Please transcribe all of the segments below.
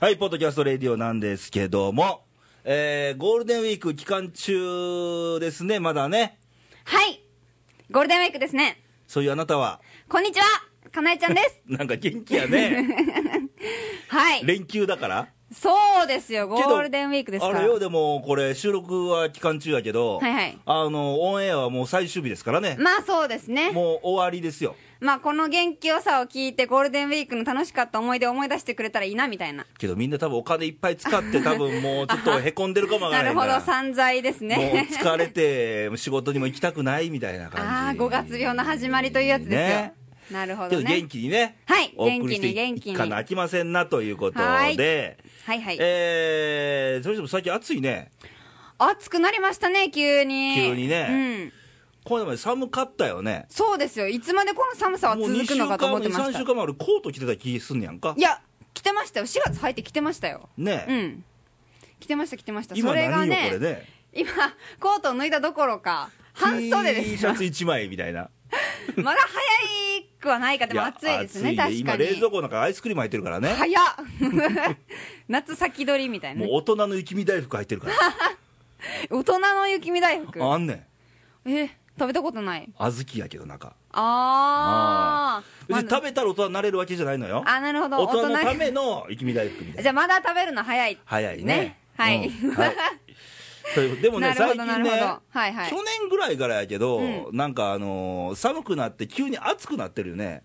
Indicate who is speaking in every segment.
Speaker 1: はい、ポッドキャストレディオなんですけども、えー、ゴールデンウィーク期間中ですね、まだね。
Speaker 2: はいゴールデンウィークですね
Speaker 1: そういうあなたは、
Speaker 2: こんにちはかなえちゃんです
Speaker 1: なんか元気や ね。
Speaker 2: はい
Speaker 1: 連休だから。
Speaker 2: そうですよゴ
Speaker 1: けど
Speaker 2: ールデンウィークですから
Speaker 1: あれよ、でもこれ、収録は期間中やけど、
Speaker 2: はいはい
Speaker 1: あの、オンエアはもう最終日ですからね。
Speaker 2: まあそうですね
Speaker 1: もう終わりですよ。
Speaker 2: まあこの元気よさを聞いてゴールデンウィークの楽しかった思い出を思い出してくれたらいいなみたいな
Speaker 1: けどみんな多分お金いっぱい使 って、多分もうちょっとへこんでるかもわか
Speaker 2: な
Speaker 1: らない
Speaker 2: るほ
Speaker 1: か
Speaker 2: ど
Speaker 1: ら。
Speaker 2: 散財です
Speaker 1: もう
Speaker 2: ね
Speaker 1: 疲れて、仕事にも行きたくないみたいな感じ。
Speaker 2: ああー5月病の始まりというやつですよ、
Speaker 1: ね
Speaker 2: なるほ
Speaker 1: け
Speaker 2: ど
Speaker 1: ど
Speaker 2: ね
Speaker 1: 元気にね、
Speaker 2: はい
Speaker 1: お送りして
Speaker 2: 元気に元気
Speaker 1: い
Speaker 2: に
Speaker 1: かなきませんなということ
Speaker 2: はい
Speaker 1: で、
Speaker 2: はいはい、
Speaker 1: えー、それにしても最近暑いね、
Speaker 2: 暑くなりましたね急に
Speaker 1: 急にね
Speaker 2: うん
Speaker 1: この前寒かったよね、
Speaker 2: そうですよいつまでこの寒さは
Speaker 1: もう
Speaker 2: 続
Speaker 1: 2
Speaker 2: く
Speaker 1: 週
Speaker 2: の
Speaker 1: 間
Speaker 2: かと思
Speaker 1: も、
Speaker 2: ってま
Speaker 1: 3
Speaker 2: し
Speaker 1: 週
Speaker 2: た
Speaker 1: 間もあるコート着てた気すんねやんか
Speaker 2: い、や来てましたよ4月入って来てましたよ
Speaker 1: ね、
Speaker 2: うん来てました来てましたそ
Speaker 1: 今
Speaker 2: れが
Speaker 1: 何よ、これ
Speaker 2: ね
Speaker 1: ね、
Speaker 2: 今コートを脱いだどころか半袖で
Speaker 1: T
Speaker 2: す
Speaker 1: シ
Speaker 2: よ
Speaker 1: ャツ1枚みたいな、
Speaker 2: まだ早いくはない かでも暑いですね
Speaker 1: や暑
Speaker 2: 確
Speaker 1: 今、
Speaker 2: か
Speaker 1: 冷蔵
Speaker 2: に
Speaker 1: 庫の中、アイスクリーム入ってるからね、
Speaker 2: 早っ 夏先取りみたいな
Speaker 1: もう
Speaker 2: ね
Speaker 1: 大人の雪見大福入ってるから、
Speaker 2: 大人の雪見大福
Speaker 1: あんねん、
Speaker 2: え食べたことない
Speaker 1: 小豆やけど、中、
Speaker 2: あー
Speaker 1: 別
Speaker 2: ま
Speaker 1: に食べたら大人になれるわけじゃないのよ、
Speaker 2: あなるほど
Speaker 1: 大人の
Speaker 2: 大人
Speaker 1: ための雪見大福みたいな
Speaker 2: じ。ゃあまだ食べるの早い
Speaker 1: 早いね
Speaker 2: はい、
Speaker 1: うんはいということでもね
Speaker 2: なる
Speaker 1: 最
Speaker 2: ほどな
Speaker 1: 近
Speaker 2: る
Speaker 1: ね
Speaker 2: ほど、はいはい
Speaker 1: 去年ぐらいからやけど、
Speaker 2: う
Speaker 1: なんかあのー寒くなって急に暑くなってるよね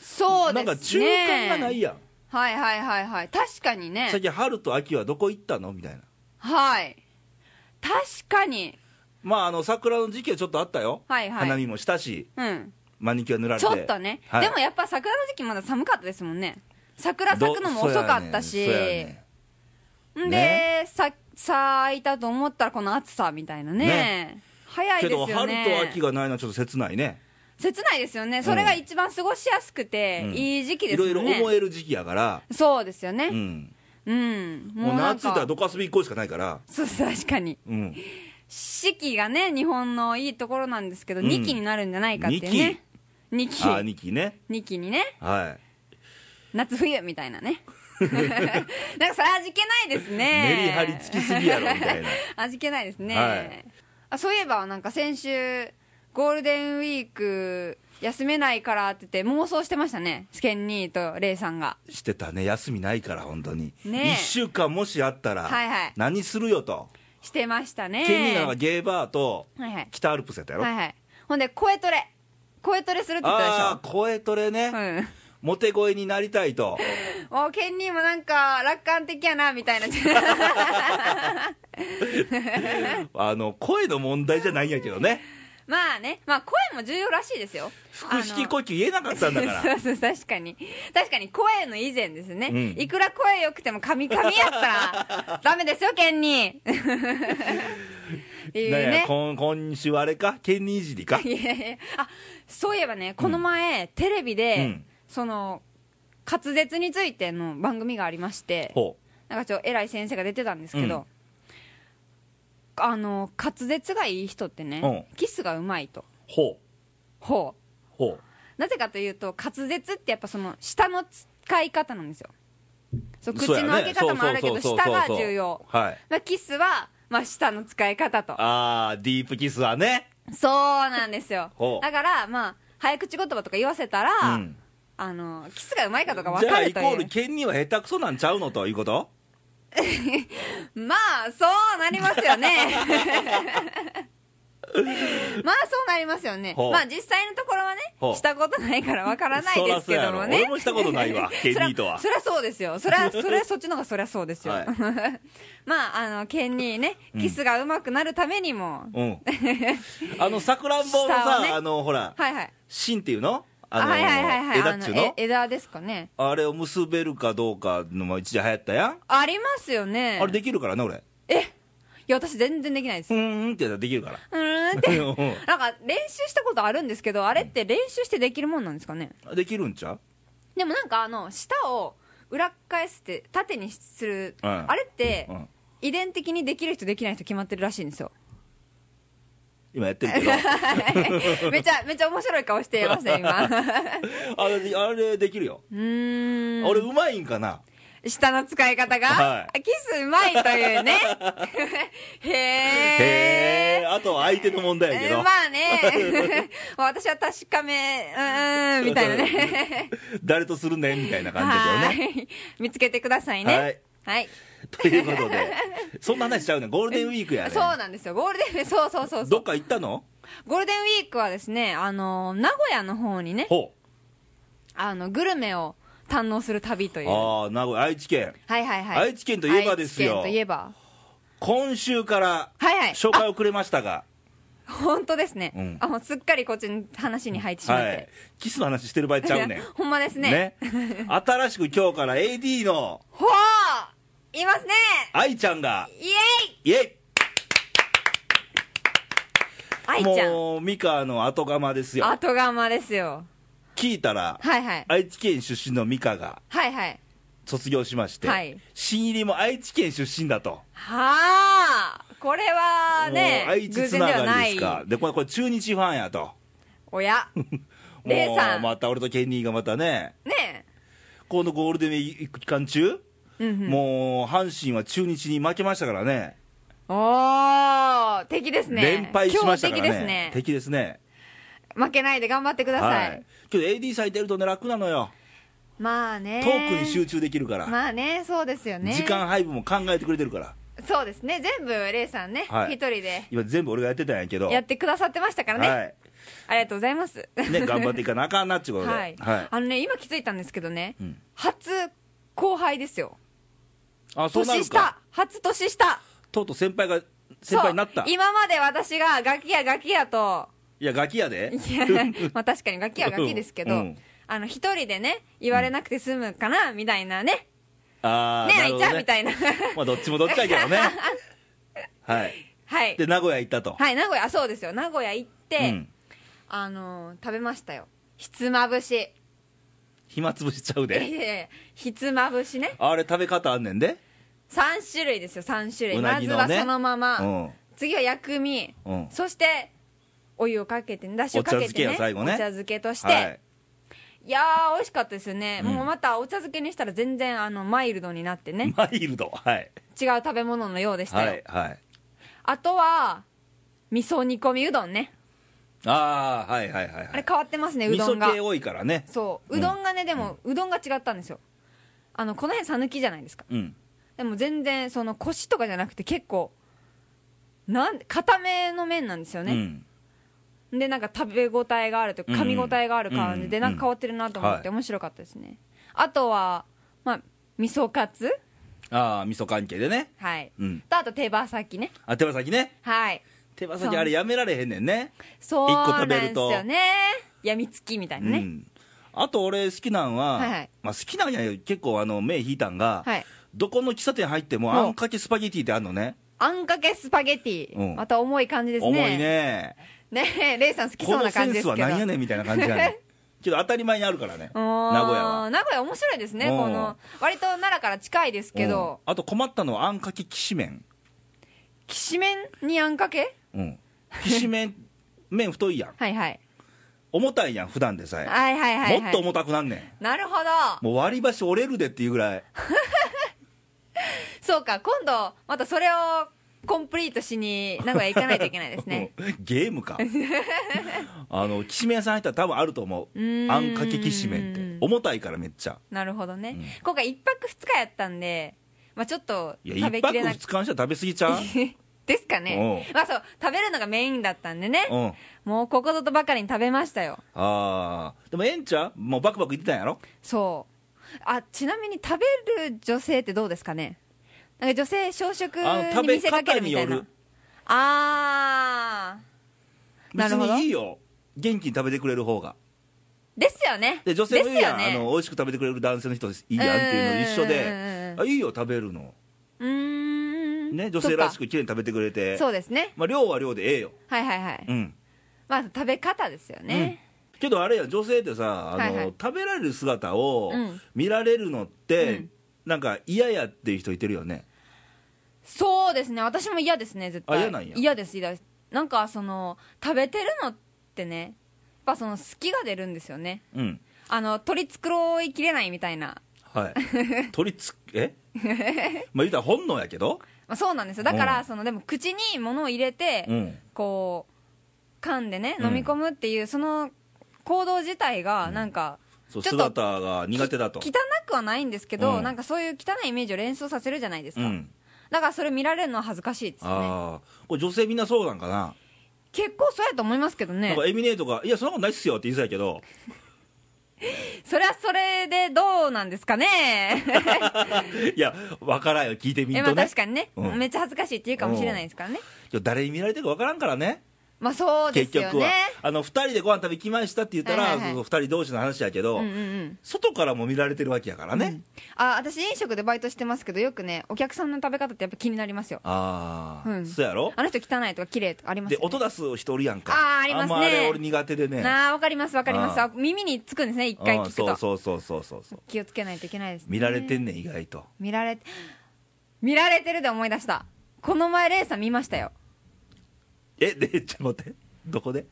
Speaker 2: そうですね
Speaker 1: なんか中間がないやん、
Speaker 2: はいはいはいはい確かにね
Speaker 1: 最近春と秋はどこ行ったのみたいな
Speaker 2: はい確かに
Speaker 1: まああの桜の時期はちょっとあったよ、
Speaker 2: はいはい
Speaker 1: 花見もしたし
Speaker 2: うん
Speaker 1: マニキュア塗られ
Speaker 2: ち
Speaker 1: て
Speaker 2: ょっとね、
Speaker 1: はい
Speaker 2: でもやっぱ桜の時期まだ寒かったですもんね桜咲くのも
Speaker 1: ど
Speaker 2: 遅かったし、
Speaker 1: そうやね
Speaker 2: んで、
Speaker 1: ね
Speaker 2: さ咲いたと思ったらこの暑さみたいなね
Speaker 1: ね
Speaker 2: 早い
Speaker 1: け
Speaker 2: です
Speaker 1: ど
Speaker 2: よね
Speaker 1: 春と秋がないのはちょっと切ないね
Speaker 2: 切ないですよねそれが一番過ごしやすくて、
Speaker 1: うん
Speaker 2: いい時期
Speaker 1: い
Speaker 2: です
Speaker 1: ろ
Speaker 2: よね
Speaker 1: いろ思える時期やから、
Speaker 2: そうですよね
Speaker 1: うん、
Speaker 2: うん、
Speaker 1: もう
Speaker 2: なん
Speaker 1: 夏だっ
Speaker 2: か
Speaker 1: たらどこ遊び行こうしかないから、
Speaker 2: そう確かに
Speaker 1: うん、
Speaker 2: 四季がね日本のいいところなんですけど、
Speaker 1: うん
Speaker 2: 二2期になるんじゃないかっていうね2期
Speaker 1: あー兄貴ね
Speaker 2: 2期にね
Speaker 1: はい
Speaker 2: 夏冬みたいな ね なんかそれ味気ないですね
Speaker 1: メリハリつきすぎやろみたいな
Speaker 2: 味気ないですね、
Speaker 1: はい
Speaker 2: あそういえばなんか先週ゴールデンウィーク休めないからって言って妄想してましたね試験兄とレイさんが
Speaker 1: してたね休みないから本当に、
Speaker 2: ねえ
Speaker 1: 1週間もしあったら、
Speaker 2: はいはい
Speaker 1: 何するよと、
Speaker 2: してましたね
Speaker 1: ケニーなんかゲーバーと
Speaker 2: はいはい
Speaker 1: 北アルプスやったやろ、
Speaker 2: はいはいほんで声トレ声トレするって言った
Speaker 1: あ
Speaker 2: で
Speaker 1: あ声トレね、
Speaker 2: しょうん
Speaker 1: モテ声になりたい と
Speaker 2: もうケンニーもなんか楽観的やなみたいな
Speaker 1: あの声の問題じゃないんやけどね
Speaker 2: まあねまあ声も重要らしいですよ
Speaker 1: 腹式呼吸言えなかったんだから
Speaker 2: そうそう確かに確かに声の以前ですね、
Speaker 1: うん
Speaker 2: いくら声良くてもカミカミやった らダメですよケンニーっていう
Speaker 1: ね
Speaker 2: ね
Speaker 1: 今今週あれかケニーいじりか
Speaker 2: いやいやあそういえばねこの前、テレビで、
Speaker 1: うん
Speaker 2: その滑舌についての番組がありまして
Speaker 1: ほ
Speaker 2: なんかちょっと偉い先生が出てたんですけど、
Speaker 1: うん
Speaker 2: あの滑舌がいい人ってね、
Speaker 1: う
Speaker 2: キスがうまいと
Speaker 1: うほう
Speaker 2: ほう
Speaker 1: ほ
Speaker 2: なぜかというと滑舌ってやっぱその舌の使い方なんですよそう
Speaker 1: う
Speaker 2: 口
Speaker 1: そうやね
Speaker 2: の開け方もあるけど
Speaker 1: そうそうそ
Speaker 2: 舌
Speaker 1: うそう
Speaker 2: が重要
Speaker 1: はい
Speaker 2: まあキスは、まあ、舌の使い方と
Speaker 1: ああディープキスはね
Speaker 2: そうなんですよ
Speaker 1: ほう
Speaker 2: だからまあ早口言葉とか言わせたら、
Speaker 1: うん
Speaker 2: あのキスがうまいかとか
Speaker 1: じ
Speaker 2: 分
Speaker 1: ゃ
Speaker 2: か
Speaker 1: あ
Speaker 2: る
Speaker 1: イ
Speaker 2: と
Speaker 1: コ
Speaker 2: い
Speaker 1: ール
Speaker 2: う
Speaker 1: ケニーは下手くそなんちゃうのということ
Speaker 2: まあそうなりますよね まあそうなりますよね
Speaker 1: ほう
Speaker 2: まあ実際のところはね
Speaker 1: ほう
Speaker 2: したことないからわからないですけども
Speaker 1: そらそうや
Speaker 2: ね
Speaker 1: ろ俺もしたことない わケニーとは
Speaker 2: そりゃそうですよそ りゃそりゃそっちの方がそりゃそうですよ、
Speaker 1: はい
Speaker 2: まああのケニーねキスがうまくなるためにも、
Speaker 1: うん、あのさくらんぼの
Speaker 2: 下
Speaker 1: さ、
Speaker 2: をね
Speaker 1: あのほら
Speaker 2: はいはい
Speaker 1: 芯っていうのあ
Speaker 2: あ
Speaker 1: の、
Speaker 2: はいはいはいはい
Speaker 1: 枝っちゅうのあ
Speaker 2: え枝ですかね
Speaker 1: れを結べるかどうかのも一時流行ったやん、
Speaker 2: ありますよね
Speaker 1: あれできるからね俺
Speaker 2: えいや私全然できない です
Speaker 1: ふ
Speaker 2: う
Speaker 1: ーんってやったらできるから
Speaker 2: ーんって
Speaker 1: う
Speaker 2: なんか練習したことあるんですけどあれって練習してできるもんなんですかね
Speaker 1: んできるんちゃう
Speaker 2: でもなんかあの舌を裏返すって縦にする、
Speaker 1: うん
Speaker 2: あれって、
Speaker 1: うん
Speaker 2: 遺伝的にできる人できない人決まってるらしいん ですよ
Speaker 1: 今やってるけ ど
Speaker 2: めちゃめちゃ面白い顔してました今う
Speaker 1: あれあれできるよ、
Speaker 2: ーん
Speaker 1: 俺うまいんかな
Speaker 2: 舌の使い方が、
Speaker 1: は
Speaker 2: キスうまいとい うね。へ
Speaker 1: へ
Speaker 2: え。
Speaker 1: え、あとは相手の問題やけ
Speaker 2: えー
Speaker 1: ど
Speaker 2: ま、あ ね。私は確かめ、うーん、みたいなね。
Speaker 1: 誰とするねんみたいな感じだ
Speaker 2: は
Speaker 1: けどね。
Speaker 2: い。見つけてくださいね。
Speaker 1: は
Speaker 2: はいい。
Speaker 1: ということで、そんな話しちゃうねん、ゴールデンウィークやねん
Speaker 2: そうなんですよ。ゴールデンウィーク、そうそうそうそ
Speaker 1: ど
Speaker 2: う
Speaker 1: っ。か行ったの
Speaker 2: ゴールデンウィークはですね、あの、名古屋の方にね、
Speaker 1: ほ。
Speaker 2: あの、グルメを堪能する旅というう。は
Speaker 1: ああ、名古屋、愛知県。
Speaker 2: いはいはい。
Speaker 1: 愛知県といえばですよ
Speaker 2: 愛知県といえば。
Speaker 1: 今週から
Speaker 2: はいはい。
Speaker 1: 紹介をくれましたが、
Speaker 2: 本当ですね、
Speaker 1: うん
Speaker 2: あもうすっかりこっちの話に入ってしまっ
Speaker 1: は
Speaker 2: て、
Speaker 1: い。キスの話してる場合ちゃうね
Speaker 2: いや
Speaker 1: ん。
Speaker 2: ほんまですね
Speaker 1: ね。新しく今日から AD の
Speaker 2: ほういますね
Speaker 1: 愛ちゃんが、
Speaker 2: イエイ
Speaker 1: イェイ
Speaker 2: 愛ちゃん
Speaker 1: もう、ミカの後釜ですよ。
Speaker 2: 後釜ですよ
Speaker 1: 聞いたら、
Speaker 2: はいはい
Speaker 1: 愛知県出身のミカが
Speaker 2: はいはい
Speaker 1: 卒業しまして、
Speaker 2: はい
Speaker 1: 新入りも愛知県出身だと。
Speaker 2: はあこれはね
Speaker 1: もう愛知
Speaker 2: 偶
Speaker 1: つ
Speaker 2: 然で
Speaker 1: な
Speaker 2: は
Speaker 1: が
Speaker 2: な
Speaker 1: りで
Speaker 2: い
Speaker 1: すか。で、これ、これ中日ファンやと。
Speaker 2: おやレ
Speaker 1: も
Speaker 2: イ
Speaker 1: う
Speaker 2: さん
Speaker 1: また俺とケニーがまたね、
Speaker 2: ね
Speaker 1: このゴールデンウィーク期間中、
Speaker 2: えうんうん
Speaker 1: もう阪神は中日に負けましたからね、
Speaker 2: おー敵ですね
Speaker 1: 連敗しましたから
Speaker 2: 強敵です
Speaker 1: ね
Speaker 2: ね、
Speaker 1: 敵ですね、
Speaker 2: 負けないで頑張ってください、
Speaker 1: はい、けど AD さんいてるとね、楽なのよ、
Speaker 2: まあね
Speaker 1: トークに集中できるから、
Speaker 2: まあねそうですよね
Speaker 1: 時間配分も考えてくれてるから、
Speaker 2: そうですね全部レイさんね一、
Speaker 1: はい
Speaker 2: 人で
Speaker 1: 今、全部俺がやってたんやけど、
Speaker 2: やってくださってましたからね、
Speaker 1: はい
Speaker 2: ありがとうございます、
Speaker 1: ね、頑張っていかなあかんなっていうことで、
Speaker 2: はい、
Speaker 1: はい
Speaker 2: あのね今気づいたんですけどね、
Speaker 1: うん
Speaker 2: 初後輩ですよ
Speaker 1: あそうな
Speaker 2: 年
Speaker 1: るか
Speaker 2: 下、初年下
Speaker 1: とうとう先輩が先輩になった、
Speaker 2: そう
Speaker 1: い
Speaker 2: 今まで私がガキやガキやと
Speaker 1: や、ガキやで、
Speaker 2: いやまあ確かにガキやガキですけど、
Speaker 1: うん
Speaker 2: あの一人でね言われなくて済むかなみたいなね、
Speaker 1: あー
Speaker 2: ね
Speaker 1: な
Speaker 2: 愛
Speaker 1: るほ
Speaker 2: ちゃん
Speaker 1: ど
Speaker 2: み
Speaker 1: ね、
Speaker 2: たいな
Speaker 1: まあ、どっちもどっちやけどね、はい、
Speaker 2: はい
Speaker 1: で、名古屋行ったと。
Speaker 2: はい名古屋そうですよ名古屋行って、
Speaker 1: うん
Speaker 2: あのー食べましたよひつまぶし
Speaker 1: 暇つぶしちゃうで
Speaker 2: いやいやいやひつまぶしね
Speaker 1: あれ食べ方あんねんで
Speaker 2: 3種類ですよ3種類、
Speaker 1: うな
Speaker 2: ま
Speaker 1: ぎ
Speaker 2: ず
Speaker 1: のね
Speaker 2: はそのまま、
Speaker 1: うん
Speaker 2: 次は薬味、
Speaker 1: うん
Speaker 2: そしてお湯をかけてだしをかけ
Speaker 1: お茶漬け
Speaker 2: て、ね、
Speaker 1: よ最後ね
Speaker 2: お茶漬けとして、
Speaker 1: はい
Speaker 2: い、やー美味しかったですよね、
Speaker 1: うん
Speaker 2: もうまたお茶漬けにしたら全然あのマイルドになってね
Speaker 1: マイルドはい
Speaker 2: 違う食べ物のようでした
Speaker 1: は
Speaker 2: よ、
Speaker 1: いはい
Speaker 2: あとは味噌煮込みうどんね
Speaker 1: ああはいはいはい
Speaker 2: あ
Speaker 1: は
Speaker 2: れ
Speaker 1: い
Speaker 2: 変わってますねう
Speaker 1: 味
Speaker 2: どんが
Speaker 1: 噌系多いからね
Speaker 2: そう
Speaker 1: うん
Speaker 2: うどんがね、でもうどんが違ったんですよあのこの辺讃岐じゃないですか
Speaker 1: うん
Speaker 2: でも全然その腰とかじゃなくて結構なん固めの麺なんですよ
Speaker 1: う
Speaker 2: ね、
Speaker 1: ん
Speaker 2: でなんか食べ応えがあるというか
Speaker 1: うん
Speaker 2: 噛み応えがある感じ
Speaker 1: う
Speaker 2: で
Speaker 1: んうん
Speaker 2: なんか変わってるなと思っ
Speaker 1: はい
Speaker 2: て面白かったですね、あとはまあ味噌カツ
Speaker 1: ああ味噌関係でね
Speaker 2: はい、
Speaker 1: うん
Speaker 2: とあと手羽先ね
Speaker 1: あ手羽先ね
Speaker 2: はい
Speaker 1: 手羽先あれやめられへんねんね
Speaker 2: そう
Speaker 1: 一個
Speaker 2: な
Speaker 1: 食
Speaker 2: ん
Speaker 1: べ
Speaker 2: で
Speaker 1: る
Speaker 2: す
Speaker 1: と
Speaker 2: よねやみつきみたいうなね、
Speaker 1: んあと俺好きなんは
Speaker 2: はいはい
Speaker 1: まあ好きなんやけど結構あの目引いたんが
Speaker 2: はい
Speaker 1: どこの喫茶店入っても
Speaker 2: うん
Speaker 1: あんかけスパゲティってあんのね
Speaker 2: あんかけスパゲティ、
Speaker 1: うん
Speaker 2: また重い感じですね
Speaker 1: 重いね
Speaker 2: ねえレイさん好き
Speaker 1: こ
Speaker 2: そう
Speaker 1: の
Speaker 2: な
Speaker 1: セ
Speaker 2: 感じ
Speaker 1: ン
Speaker 2: で
Speaker 1: ス
Speaker 2: す
Speaker 1: は
Speaker 2: けど
Speaker 1: なんやねんみたいな感じや ねけど当たり前にあるからね名古屋は
Speaker 2: あー名古屋面白いですね
Speaker 1: うん
Speaker 2: この割と奈良から近いですけど
Speaker 1: うんあと困ったのはあんかけきしめん
Speaker 2: きしめんにあんかけ
Speaker 1: うんきしめん麺太いやん
Speaker 2: はいはい
Speaker 1: 重たいやん普段でさえ、
Speaker 2: はいはいはいはい
Speaker 1: もっと重たくなんね
Speaker 2: なるほど
Speaker 1: んもう割り箸折れるでっていうぐらい
Speaker 2: そうか今度またそれをコンプリートしに名古屋行かないといけないですね
Speaker 1: ゲームかあのきしめん屋さん入ったら多分あると思う
Speaker 2: うーん
Speaker 1: あんかけきしめんって重たいからめっちゃ
Speaker 2: なるほどね、
Speaker 1: うん
Speaker 2: 今回1泊2日やったんで、まあ、ちょっと
Speaker 1: いや
Speaker 2: 食
Speaker 1: 一
Speaker 2: べき
Speaker 1: 泊
Speaker 2: れなく
Speaker 1: 二日にしたら食べ過ぎち ゃう
Speaker 2: ですかね
Speaker 1: う
Speaker 2: まあそう食べるのがメインだったんでね
Speaker 1: うん
Speaker 2: もうここぞとばかりに食べましたよ
Speaker 1: あーでもええんちゃうもうバクバクいってたんやろ
Speaker 2: そうあちなみに食べる女性ってどうですかねなんか女性小食
Speaker 1: あの
Speaker 2: に
Speaker 1: 食べ
Speaker 2: 見せかけ
Speaker 1: 方
Speaker 2: る
Speaker 1: に
Speaker 2: みた
Speaker 1: よ
Speaker 2: いな
Speaker 1: る
Speaker 2: あな
Speaker 1: 別
Speaker 2: るほど
Speaker 1: にいいよ元気に食べてくれる方が
Speaker 2: ーですよね
Speaker 1: で女性もいいやん、
Speaker 2: です
Speaker 1: あ
Speaker 2: よ
Speaker 1: の
Speaker 2: ね
Speaker 1: 美味しく食べてくれる男性の人いいやんっていうのと一緒
Speaker 2: うんうんうん
Speaker 1: で
Speaker 2: うん
Speaker 1: あいいよ食べるの、
Speaker 2: うーん
Speaker 1: ね、女性らし
Speaker 2: そっ
Speaker 1: く綺麗に食べてくれて
Speaker 2: かそうですね
Speaker 1: まあ、量は量でええよ、
Speaker 2: はいはいはい、
Speaker 1: うん
Speaker 2: まあ食べ方ですよね、
Speaker 1: うんけどあれや女性ってさあの、
Speaker 2: はいはい
Speaker 1: 食べられる姿を
Speaker 2: うん
Speaker 1: 見られるのって、
Speaker 2: うん
Speaker 1: なんか嫌やっていう人いてるよね
Speaker 2: そうですね私も嫌ですね絶対
Speaker 1: あ嫌なんや
Speaker 2: です嫌ですなんかその食べてるのってねやっぱその好きが出るんですよね
Speaker 1: うん
Speaker 2: あの取り繕いきれないみたいな
Speaker 1: はい、取りつえまあ言うたら本能やけど、
Speaker 2: まあ、そうなんですよだから、そのでも口に物を入れて、
Speaker 1: うん、
Speaker 2: こう噛んでね
Speaker 1: うん
Speaker 2: 飲み込むっていう、その行動自体がなんか、
Speaker 1: そう
Speaker 2: ちょっと
Speaker 1: 姿が苦手だと
Speaker 2: 汚くはないんですけど、
Speaker 1: うん
Speaker 2: なんかそういう汚いイメージを連想させるじゃないです
Speaker 1: う
Speaker 2: か、
Speaker 1: ん、
Speaker 2: だからそれ見られるのは恥ずかしいですよね
Speaker 1: ああこれ女性みんなそうなんかな、
Speaker 2: 結構そうやと思いますけど
Speaker 1: な
Speaker 2: ね
Speaker 1: んかエミネートが「いやそんなことないっすよ」って言いそうやけ ど
Speaker 2: それはそれでどうなんですか ね
Speaker 1: いや分からんよ聞いてみ
Speaker 2: え
Speaker 1: ん
Speaker 2: ま
Speaker 1: と
Speaker 2: あ
Speaker 1: ね
Speaker 2: 確かにね、
Speaker 1: うん
Speaker 2: めっちゃ恥ずかしいっていうかもしれないですからね、
Speaker 1: いや誰に見られてるか分からんからね
Speaker 2: まあそうで
Speaker 1: 結
Speaker 2: すよ
Speaker 1: 局は、
Speaker 2: ね
Speaker 1: あの2人でご飯食べ行きましたって言ったら、
Speaker 2: はいはいはい
Speaker 1: その2人同士の話やけど、
Speaker 2: うんうんうん
Speaker 1: 外からも見られてるわけやからね、
Speaker 2: あ私飲食でバイトしてますけどよくねお客さんの食べ方ってやっぱ気になりますよ
Speaker 1: ああ、
Speaker 2: うん
Speaker 1: そうやろ
Speaker 2: あの人汚いとか綺麗とかあります
Speaker 1: で
Speaker 2: よ、ね、
Speaker 1: 音出す人おるやんか
Speaker 2: あーありま
Speaker 1: ん
Speaker 2: すね
Speaker 1: まあれ俺苦手でね
Speaker 2: なあわかりますわかります
Speaker 1: あ
Speaker 2: あ耳につくんですね一回聞
Speaker 1: うん
Speaker 2: く
Speaker 1: そう
Speaker 2: と
Speaker 1: そうそうそうそうそう
Speaker 2: 気をつけないといけないです、ね、
Speaker 1: 見られてんねん意外と
Speaker 2: 見られて見られてるで思い出したこの前レイさん見ましたよ
Speaker 1: えでちょっと待ってどこで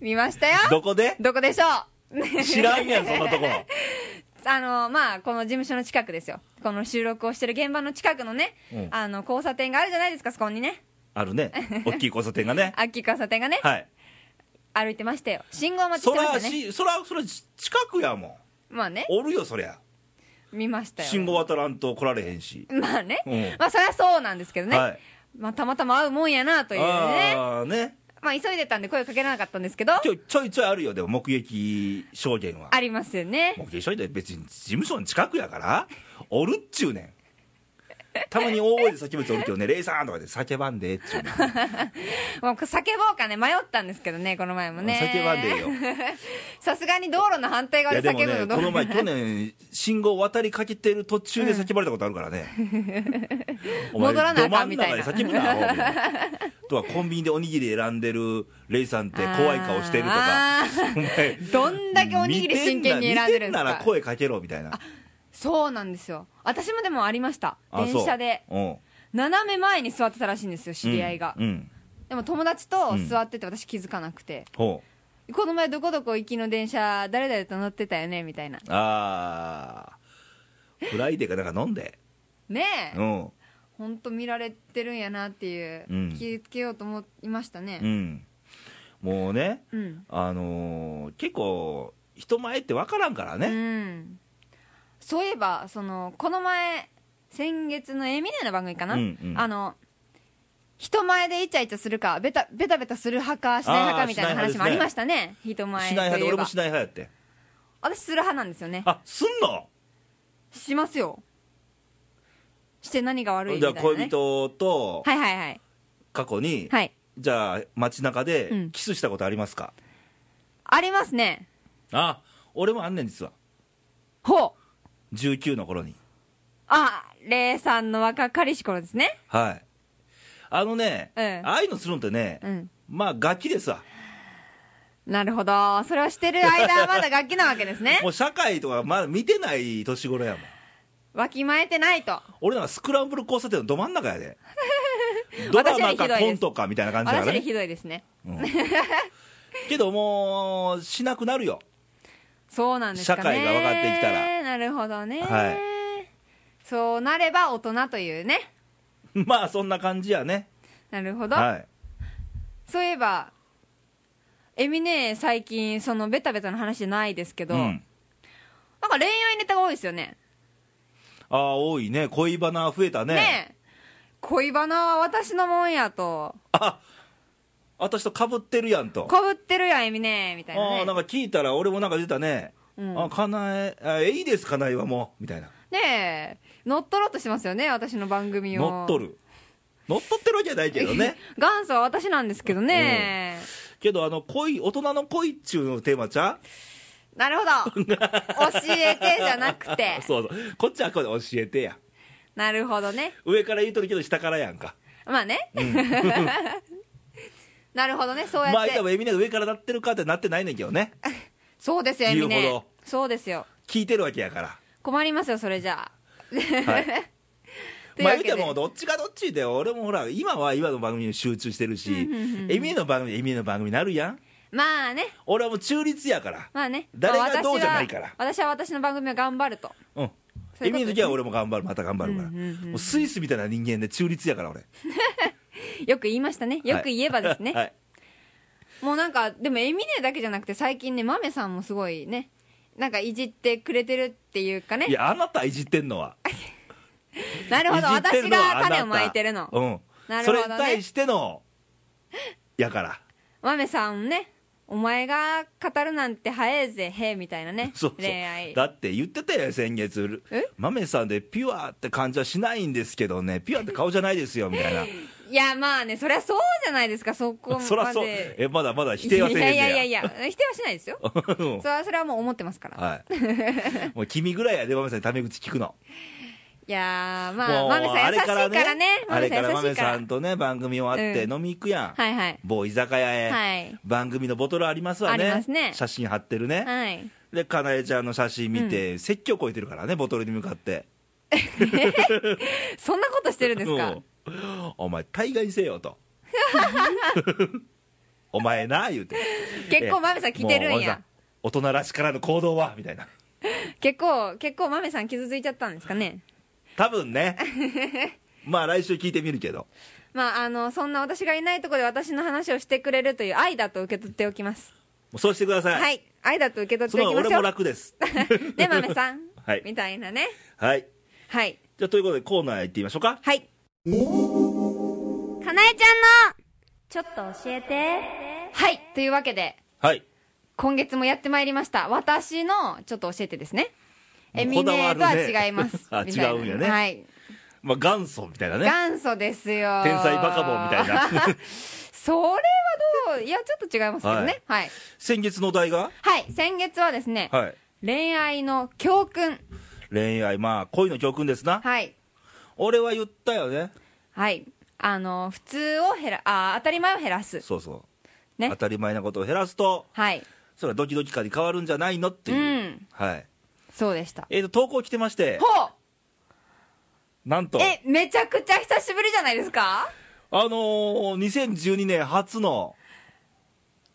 Speaker 2: 見ましたよ
Speaker 1: どこ で
Speaker 2: どこでしょう
Speaker 1: 知らんやんそんなとこ
Speaker 2: あのまあこの事務所の近くですよこの収録をしてる現場の近くのね、
Speaker 1: うん
Speaker 2: あの交差点があるじゃないですかそこにね
Speaker 1: ある ね大きい交差点がね
Speaker 2: あっきい交差点がね、
Speaker 1: はい
Speaker 2: 歩いてましたよ信号待ちし
Speaker 1: そ
Speaker 2: てまし
Speaker 1: ら
Speaker 2: たね
Speaker 1: しそらそら近くやもん
Speaker 2: まあね
Speaker 1: おるよそりゃ
Speaker 2: 見ましたよ
Speaker 1: 信号渡らんと来られへんし、
Speaker 2: まあね、
Speaker 1: うん
Speaker 2: まあそりゃそうなんですけどね、
Speaker 1: はい
Speaker 2: まあたまたま会うもんやなというね
Speaker 1: ああね
Speaker 2: まあ急いでたんで声かけなかったんですけど
Speaker 1: ちょちょいちょいあるよでも目撃証言は
Speaker 2: ありますよね
Speaker 1: 目撃証言って別に事務所の近くやからおるっちゅうねんたまに大声で叫ぶやつおるけど ね「レイさん」とかで叫ばんでっちゅうねん
Speaker 2: もう叫ぼうかね迷ったんですけどねこの前もね
Speaker 1: 叫ばんでええよい
Speaker 2: さすがに道路の反対側
Speaker 1: やで
Speaker 2: で
Speaker 1: も
Speaker 2: 叫ぶの
Speaker 1: ね
Speaker 2: ど
Speaker 1: こ
Speaker 2: う
Speaker 1: の 前去年信号渡りかけてる途中で叫ばれたことあるから ね、お前
Speaker 2: 戻らなあかんみたいな
Speaker 1: ど真ん中で叫ぶなアホみたいなとはコンビニでおにぎり選んでるレイさんって怖い顔してるとか
Speaker 2: あー
Speaker 1: お前
Speaker 2: どんだけおにぎり真剣に選んでるんで
Speaker 1: 見
Speaker 2: す
Speaker 1: てなら
Speaker 2: か
Speaker 1: 声かけろみたいな
Speaker 2: そうなんですよ私もでもありました
Speaker 1: あ
Speaker 2: 電車で
Speaker 1: そううん
Speaker 2: 斜め前に座ってたらしいんですよ知り合いが、
Speaker 1: うんうん
Speaker 2: でも友達と座ってて私気づかなくて、
Speaker 1: ほう
Speaker 2: この前どこどこ行きの電車誰々と乗ってたよねみたいな
Speaker 1: ああフライデーかなんか飲んで
Speaker 2: ねえ
Speaker 1: うん
Speaker 2: 本当見られてるんやなっていう、
Speaker 1: うん
Speaker 2: 気をつけようと思いました
Speaker 1: う
Speaker 2: ね
Speaker 1: んもうね
Speaker 2: うん、
Speaker 1: あのー結構人前って分からんから
Speaker 2: う
Speaker 1: ね、
Speaker 2: んそういえばそのこの前先月のエミネの番組かな、
Speaker 1: うんうん
Speaker 2: あの人前でイチャイチャするかベタベタベタする派かしない派かみたいな
Speaker 1: あーし
Speaker 2: 話も
Speaker 1: な
Speaker 2: あ
Speaker 1: い
Speaker 2: り
Speaker 1: 派
Speaker 2: ま
Speaker 1: で
Speaker 2: したね人前
Speaker 1: し
Speaker 2: と
Speaker 1: ない派で
Speaker 2: いえ
Speaker 1: 俺も
Speaker 2: ば
Speaker 1: しない派やって
Speaker 2: 私する派なんですよね
Speaker 1: あすんの
Speaker 2: しますよして何が悪いみ
Speaker 1: じ
Speaker 2: た
Speaker 1: ゃ
Speaker 2: い
Speaker 1: あ
Speaker 2: な、ね、
Speaker 1: 恋人と
Speaker 2: はいはいはい
Speaker 1: 過去に、
Speaker 2: はい
Speaker 1: じゃあ街中
Speaker 2: う
Speaker 1: で
Speaker 2: ん
Speaker 1: キスしたことありますか、
Speaker 2: ありますね
Speaker 1: あ俺もあんねん実は
Speaker 2: ほう
Speaker 1: 19の頃に
Speaker 2: あレイさんの若かりし頃ですね
Speaker 1: はいあのね、
Speaker 2: ええ
Speaker 1: ああいうのするのってね、
Speaker 2: うん
Speaker 1: まあ楽器ですわ
Speaker 2: なるほどそれをしてる間はまだ楽器なわけですね
Speaker 1: もう社会とかまだ見てない年頃やもん
Speaker 2: わきまえてないと
Speaker 1: 俺なんかスクランブル交差点のど真ん中や でドラマかコントかみたいな感じだ
Speaker 2: 私より
Speaker 1: ね
Speaker 2: ひどいですね
Speaker 1: けどもうしなくなるよ
Speaker 2: そうなんですかね
Speaker 1: 社会が分かってきたら
Speaker 2: なるほどね、
Speaker 1: は
Speaker 2: そうなれば大人というね
Speaker 1: まあそんな感じやね
Speaker 2: なるほど、
Speaker 1: はい
Speaker 2: そういえばエミネ最近そのベタベタの話じゃないですけど、
Speaker 1: うん
Speaker 2: なんか恋愛ネタが多いですよね
Speaker 1: ああ多いね恋バナ増えたね
Speaker 2: ねえ恋バナは私のもんやと
Speaker 1: あ私とかぶってるやんと
Speaker 2: かぶってるやんエミネみたいな
Speaker 1: ああ
Speaker 2: ね
Speaker 1: なんか聞いたら俺もなんか出たね、
Speaker 2: うん
Speaker 1: あかなえあいいですかなえはもうみたいな
Speaker 2: ねえ乗っ取ろうとしてますよね私の番組を
Speaker 1: 乗っ取る乗っ取ってるわけじゃないけどね
Speaker 2: 元祖は私なんですけどね、
Speaker 1: けどあの恋大人の恋っちゅうのテーマちゃう
Speaker 2: なるほど教えてじゃなくて
Speaker 1: そうそうこっちはこれ教えてや
Speaker 2: なるほどね
Speaker 1: 上から言うとるけど下からやんか
Speaker 2: まあね、なるほどねそうや
Speaker 1: まあ
Speaker 2: っ
Speaker 1: 多
Speaker 2: て
Speaker 1: 分エミネが上からなってるかってなってないねんけどね
Speaker 2: そうですよエミ
Speaker 1: 言う
Speaker 2: ネ
Speaker 1: ほど
Speaker 2: そうですよ
Speaker 1: 聞いてるわけや から
Speaker 2: 困りますよそれじゃ
Speaker 1: はい
Speaker 2: という
Speaker 1: まあ
Speaker 2: わ
Speaker 1: 言
Speaker 2: け
Speaker 1: う
Speaker 2: で
Speaker 1: てもどっちがどっちで俺もほら今は今の番組に集中してるしエミネの番組エミネの番組になるやん
Speaker 2: あまあね
Speaker 1: 俺はもう中立やから
Speaker 2: まあね
Speaker 1: 誰が
Speaker 2: まあ私は
Speaker 1: どうじゃないから
Speaker 2: 私は私の番組を頑張ると
Speaker 1: うん
Speaker 2: そうい
Speaker 1: エミの
Speaker 2: うことですね
Speaker 1: 時は俺も頑張るまた頑張るから、
Speaker 2: うんうんうんうん
Speaker 1: もうスイスみたいな人間で中立やから俺
Speaker 2: よく言いましたねよく言えばですね、
Speaker 1: はい、
Speaker 2: もうなんかでもエミネだけじゃなくて最近ねマメさんもすごいねなんかいじってくれてるっていうかね
Speaker 1: いやあなたいじってんのは
Speaker 2: なるほど
Speaker 1: いじって
Speaker 2: 私
Speaker 1: んのは
Speaker 2: が種をまいてるの
Speaker 1: うん
Speaker 2: なる
Speaker 1: そ
Speaker 2: ほ
Speaker 1: れ
Speaker 2: どね
Speaker 1: に対してのやから
Speaker 2: マメさんねお前が語るなんて早えぜへえみたいなね
Speaker 1: そうそう
Speaker 2: 恋愛
Speaker 1: だって言ってたよ先月
Speaker 2: え
Speaker 1: マメさんでピュアって感じはしないんですけどねピュアって顔じゃないですよみたい な
Speaker 2: いやまあねそりゃそうじゃないですかそこまで
Speaker 1: そらそうえまだまだ否定はせえへんね
Speaker 2: いやいやいやいや否定はしないですよ
Speaker 1: うん
Speaker 2: それはそれはもう思ってますから
Speaker 1: はい、もう君ぐらいやでマメさんにタメ口聞くの
Speaker 2: いやーま
Speaker 1: も
Speaker 2: あ
Speaker 1: う
Speaker 2: マメさん優しいからね
Speaker 1: あ
Speaker 2: マメ
Speaker 1: れか
Speaker 2: さん
Speaker 1: ら
Speaker 2: 優
Speaker 1: マ
Speaker 2: し
Speaker 1: メ
Speaker 2: い
Speaker 1: さ
Speaker 2: から
Speaker 1: んとね番組終わって
Speaker 2: うん
Speaker 1: 飲み行くやん、
Speaker 2: はいはい
Speaker 1: 某居酒屋へ、
Speaker 2: はい
Speaker 1: 番組のボトルありますわね
Speaker 2: ありますね
Speaker 1: 写真貼ってるね、
Speaker 2: はい
Speaker 1: でかなえちゃんの写真見て、説教超えてるからねボトルに向かって
Speaker 2: そんなことしてるんですか
Speaker 1: うんお前大概にせよと お前な言うて
Speaker 2: 結構マメさん来てる
Speaker 1: もうんお前さ
Speaker 2: や
Speaker 1: ん大人らしからの行動はみたいな
Speaker 2: 結構結構マメさん傷ついちゃったんですかね
Speaker 1: 多分 ねまあ来週聞いてみるけど
Speaker 2: まああのそんな私がいないところで私の話をしてくれるという愛だと受け取っておきます
Speaker 1: もうそうしてください、
Speaker 2: はい愛だと受け取っ
Speaker 1: そ
Speaker 2: てお
Speaker 1: の
Speaker 2: き
Speaker 1: 方が俺も
Speaker 2: ましょう
Speaker 1: 楽です
Speaker 2: でマメさん
Speaker 1: はい
Speaker 2: みたいなね
Speaker 1: はい
Speaker 2: はい
Speaker 1: じゃあということでコーナー行ってみましょうか
Speaker 2: はい
Speaker 3: かなえちゃんのちょっと教えて
Speaker 2: はいというわけで
Speaker 1: はい
Speaker 2: 今月もやってまいりました私のちょっと教えてですね
Speaker 1: もう
Speaker 2: エミネとは違います
Speaker 1: こだわるね あ
Speaker 2: みたいな
Speaker 1: 違うんやね
Speaker 2: はい
Speaker 1: まあ元祖みたいなね
Speaker 2: 元祖ですよ
Speaker 1: 天才バカボンみたいな
Speaker 2: それはどういやちょっと違いますけどねはい、
Speaker 1: 先月のお題が
Speaker 2: はい先月はですね、
Speaker 1: はい
Speaker 2: 恋愛の教訓
Speaker 1: 恋愛まあ恋の教訓ですな
Speaker 2: はい
Speaker 1: 俺は言ったよね
Speaker 2: はいあの普通を減らあ当たり前を減らす
Speaker 1: そうそう、
Speaker 2: ね
Speaker 1: 当たり前なことを減らすと
Speaker 2: はい
Speaker 1: それはドキドキ感に変わるんじゃないのっていう、
Speaker 2: うん
Speaker 1: はい
Speaker 2: そうでした
Speaker 1: えー、と投稿来てまして
Speaker 2: ほ
Speaker 1: なんと
Speaker 2: うえめちゃくちゃ久しぶりじゃないですか
Speaker 1: あのー、2012年初の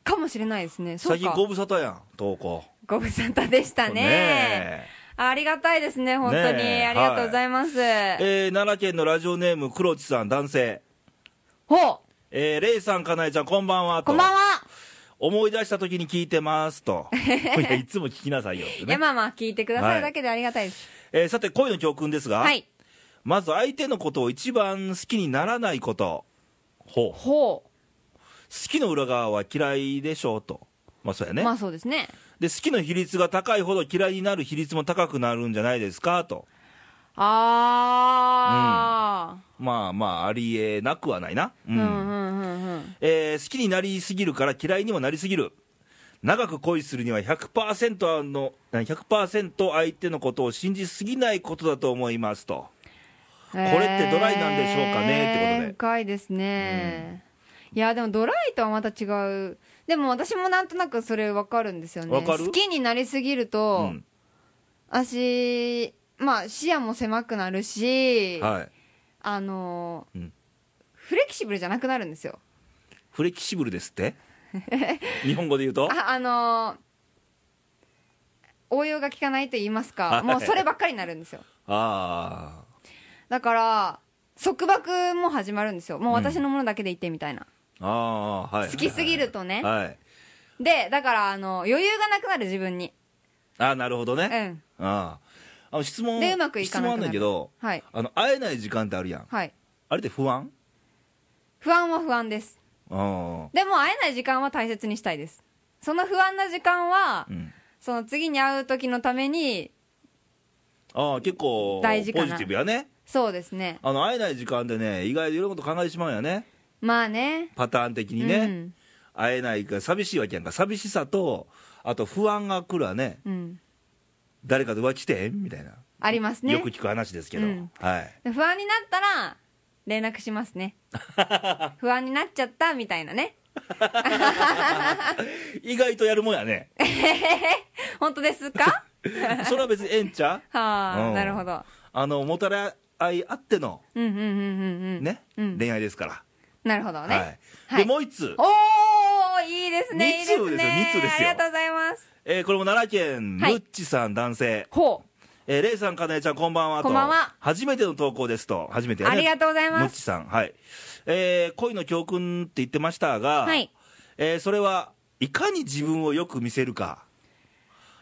Speaker 2: かもしれないですねそう
Speaker 1: 最近
Speaker 2: か
Speaker 1: ご無沙汰やん投稿
Speaker 2: ご無沙汰でしたね
Speaker 1: ね
Speaker 2: ありがたいですね本当に、
Speaker 1: ねえ
Speaker 2: ありがとうございます、
Speaker 1: ええー奈良県のラジオネーム黒地さん男性
Speaker 2: ほう
Speaker 1: えー、レイさんかなえちゃんこんばんはと
Speaker 2: こんばんは、
Speaker 1: 思い出した時に聞いてます といやいつも聞きなさいよって
Speaker 2: いや
Speaker 1: ね、
Speaker 2: まあまあ聞いてくださるだけでありがたいです
Speaker 1: えーさて恋の教訓ですが、
Speaker 2: はい
Speaker 1: まず相手のことを一番好きにならないことほう
Speaker 2: ほ
Speaker 1: 好きの裏側は嫌いでしょうと、まあそうや
Speaker 2: う、
Speaker 1: ね、
Speaker 2: まあそうですね
Speaker 1: で、好きの比率が高いほど嫌いになる比率も高くなるんじゃないですかと、
Speaker 2: ああ、
Speaker 1: まあまあ、ありえなくはないな、う
Speaker 2: うんん、うんうんうん
Speaker 1: えー好きになりすぎるから嫌いにもなりすぎる、長く恋するには100%あの100%相手のことを信じすぎないことだと思いますと、
Speaker 2: こ
Speaker 1: れってドライなんでしょうかねってことで
Speaker 2: 深いですね、いやでもドライとはまた違うでも私もなんとなくそれ分かるんですよね
Speaker 1: わかる
Speaker 2: 好きになりすぎる
Speaker 1: う
Speaker 2: と、
Speaker 1: ん
Speaker 2: 私まあ視野も狭くなるし、
Speaker 1: はい、
Speaker 2: あのー
Speaker 1: うん
Speaker 2: フレキシブルじゃなくなるんですよ
Speaker 1: フレキシブルですって 日本語で言うと
Speaker 2: ああのー応用が効かないと言いますか、
Speaker 1: はい
Speaker 2: もうそればっかりになるんですよ
Speaker 1: あ
Speaker 2: だから束縛も始まるんですよもう私のものだけでいてみたいな、
Speaker 1: ーあー、はい、
Speaker 2: 好きすぎるとね、
Speaker 1: はい、
Speaker 2: でだからあの余裕がなくなる自分に
Speaker 1: ああなるほどね、
Speaker 2: うん
Speaker 1: あああの質問
Speaker 2: でうまくいかな
Speaker 1: 質問あ
Speaker 2: くなる
Speaker 1: んだけど
Speaker 2: はい
Speaker 1: あの会えない時間ってあるやん
Speaker 2: はい
Speaker 1: あれって不安
Speaker 2: 不安は不安です
Speaker 1: うん
Speaker 2: でも会えない時間は大切にしたいですその不安な時間は、
Speaker 1: うん
Speaker 2: その次に会う時のために
Speaker 1: ああ結構
Speaker 2: 大事か
Speaker 1: ポ
Speaker 2: な
Speaker 1: ジティブやね
Speaker 2: そうですね
Speaker 1: あの会えない時間でね意外といろんなこと考えてしまうんやね
Speaker 2: まあね
Speaker 1: パターン的にね、会えないから寂しいわけやんか寂しさとあと不安が来るわね
Speaker 2: うん、うん、
Speaker 1: 誰かと浮気してんみたいな、
Speaker 2: ありますね
Speaker 1: よく聞く話ですけど、
Speaker 2: うん
Speaker 1: はい
Speaker 2: で不安になったら連絡しま すね不安になっちゃったみたいなね
Speaker 1: 意外とやるもんやね
Speaker 2: 本当ですか
Speaker 1: それは別にええんちゃう
Speaker 2: はあ、
Speaker 1: うん
Speaker 2: なるほど
Speaker 1: あのもたれ合いあっての
Speaker 2: うんうんうんうんうん
Speaker 1: ね、
Speaker 2: うん
Speaker 1: 恋愛ですから
Speaker 2: なるほどね、
Speaker 1: はい、
Speaker 2: はい
Speaker 1: でもう一つ、
Speaker 2: おーいいですねいい
Speaker 1: 二
Speaker 2: で
Speaker 1: 通
Speaker 2: す
Speaker 1: ですよ
Speaker 2: ね
Speaker 1: 二通ですよ
Speaker 2: ありがとうございます
Speaker 1: えーこれも奈良県む
Speaker 2: はい
Speaker 1: っちさん男性、
Speaker 2: ほう
Speaker 1: ええー、レイさん、かなえちゃん、こんばんはと。
Speaker 2: こんばんは
Speaker 1: 初めての投稿ですと。初めてやね。
Speaker 2: ありがとうございます
Speaker 1: むっちさん。はい。えー恋の教訓って言ってましたが、
Speaker 2: はい
Speaker 1: えーそれはいかに自分をよく見せるか。
Speaker 2: は